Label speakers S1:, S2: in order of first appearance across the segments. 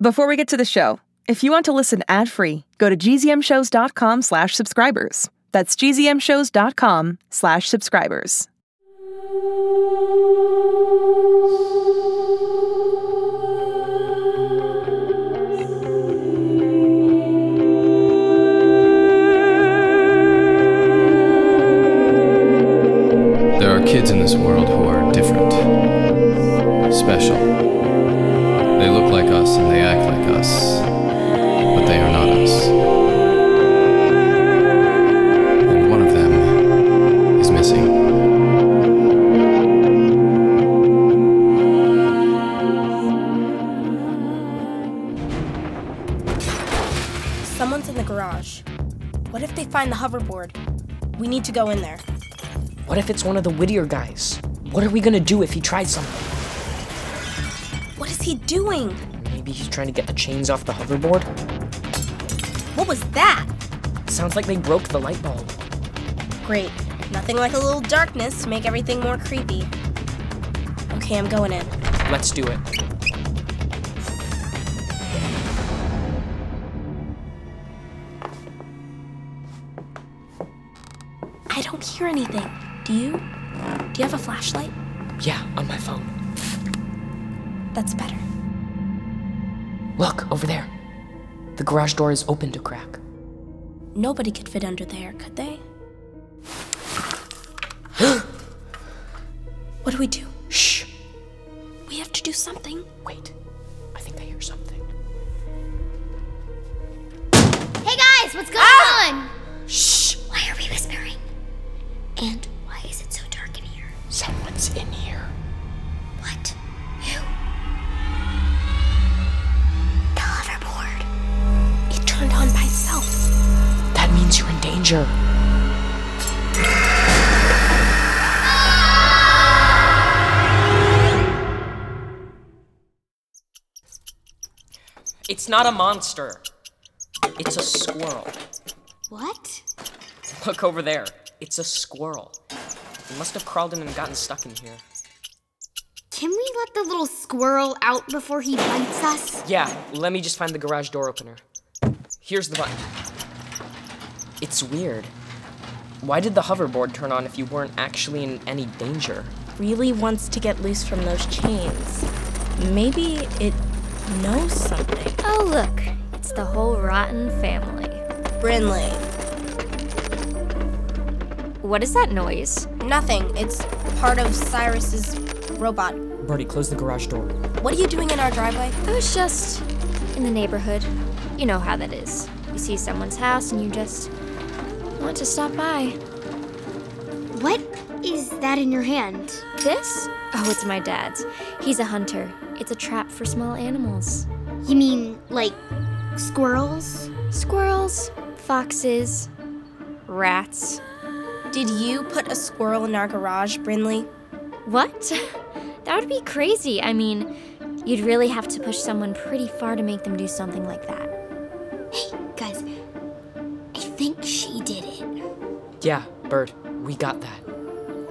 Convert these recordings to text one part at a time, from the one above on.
S1: Before we get to the show, if you want to listen ad-free, go to gzmshows.com slash subscribers. That's gzmshows.com slash subscribers.
S2: There are kids in this world who are different, special. They look like us and they act like us, but they are not us. And one of them is missing.
S3: Someone's in the garage. What if they find the hoverboard? We need to go in there.
S4: What if it's one of the Whittier guys? What are we gonna do if he tries something?
S3: What is he doing?
S4: Maybe he's trying to get the chains off the hoverboard?
S3: What was that?
S4: Sounds like they broke the light bulb.
S3: Great. Nothing like a little darkness to make everything more creepy. Okay, I'm going in.
S4: Let's do it.
S3: I don't hear anything. Do you? Do you have a flashlight?
S4: Yeah, on my phone.
S3: That's better.
S4: Look, over there. The garage door is opened a crack.
S3: Nobody could fit under there, could they? what do we do?
S4: Shh!
S3: We have to do something.
S4: Wait. I think I hear something.
S5: Hey guys, what's going
S6: Ah!
S4: Shh!
S5: on? Why are we whispering? And why is it so dark in here?
S4: Someone's in here.
S5: What? Who? The hoverboard.
S3: It turned on by itself.
S4: That means you're in danger. It's not a monster. It's a squirrel.
S5: What?
S4: Look over there. It's a squirrel. It must have crawled in and gotten stuck in here.
S5: Can we let the little squirrel out before he bites us?
S4: Yeah, let me just find the garage door opener. Here's the button. It's weird. Why did the hoverboard turn on if you weren't actually in any danger?
S3: Really wants to get loose from those chains. Maybe it knows something.
S5: Oh, look. It's the whole rotten family.
S3: Brinley.
S5: What is that noise?
S3: Nothing. It's part of Cyrus's robot.
S4: Birdie, close the garage door.
S3: What are you doing in our driveway?
S5: It was just in the neighborhood. You know how that is. You see someone's house and you just want to stop by. What is that in your hand? This? Oh, it's my dad's. He's a hunter. It's a trap for small animals.
S6: You mean like squirrels?
S5: Squirrels, foxes, rats.
S3: Did you put a squirrel in our garage, Brinley?
S5: What? that would be crazy. I mean, you'd really have to push someone pretty far to make them do something like that.
S6: Guys, I think she did it.
S4: Yeah, Bird, we got that.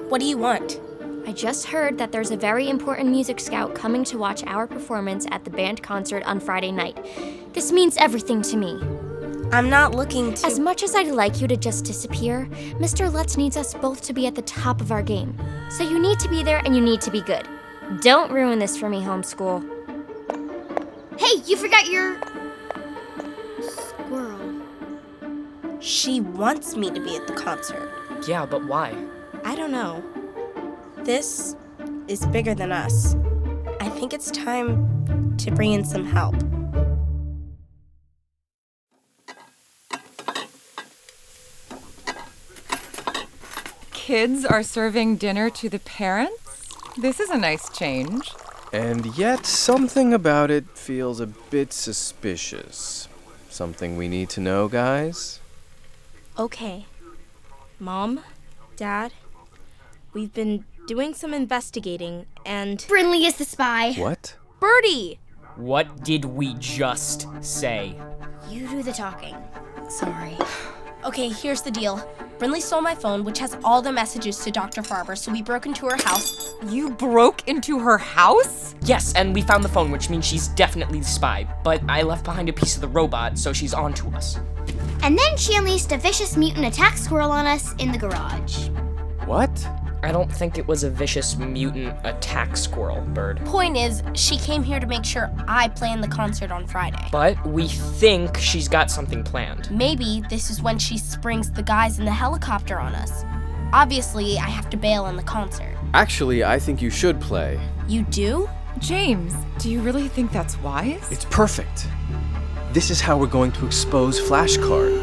S3: What do you want?
S5: I just heard that there's a very important music scout coming to watch our performance at the band concert on Friday night. This means everything to me.
S3: I'm not looking to.
S5: As much as I'd like you to just disappear, Mr. Lutz needs us both to be at the top of our game. So you need to be there and you need to be good. Don't ruin this for me, homeschool.
S6: Hey, you forgot your squirrel.
S3: she wants me to be at the concert.
S4: Yeah, but why?
S3: I don't know. This is bigger than us. I think it's time to bring in some help.
S7: kids are serving dinner to the parents? This is a nice change.
S2: And yet, something about it feels a bit suspicious. Something we need to know, guys?
S3: Okay. Mom, Dad, we've been doing some investigating and.
S6: Brinley is the spy.
S2: What?
S3: Birdie!
S4: What did we just say?
S6: You do the talking. Sorry.
S3: Okay, here's the deal. Brinley stole my phone, which has all the messages to Dr. Farber, so we broke into her house.
S7: You broke into her house?
S4: Yes, and we found the phone, which means she's definitely the spy, but I left behind a piece of the robot, so she's on to us.
S6: And then she unleashed a vicious mutant attack squirrel on us in the garage.
S8: What?
S4: I don't think it was a vicious mutant attack squirrel bird.
S3: Point is, she came here to make sure I planned the concert on Friday.
S4: But we think she's got something planned.
S3: Maybe this is when she springs the guys in the helicopter on us. Obviously, I have to bail on the concert.
S8: Actually, I think you should play.
S3: You do?
S7: James, do you really think that's wise?
S8: It's perfect. This is how we're going to expose Flashcard.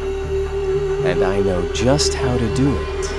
S8: And I know just how to do it.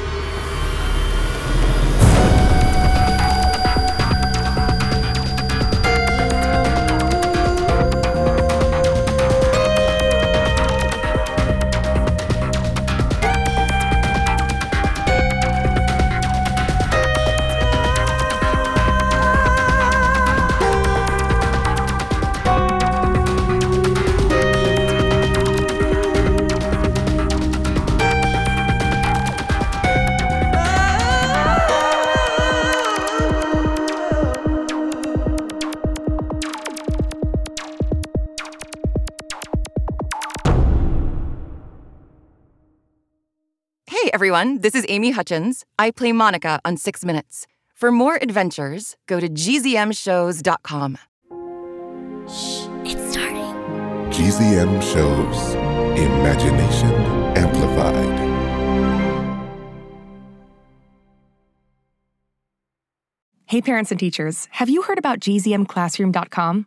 S7: Hey everyone, this is Amy Hutchins. I play Monica on 6 Minutes. For more adventures, go to gzmshows.com.
S6: It's starting.
S9: GZM shows Imagination Amplified.
S1: Hey, parents and teachers, have you heard about gzmclassroom.com?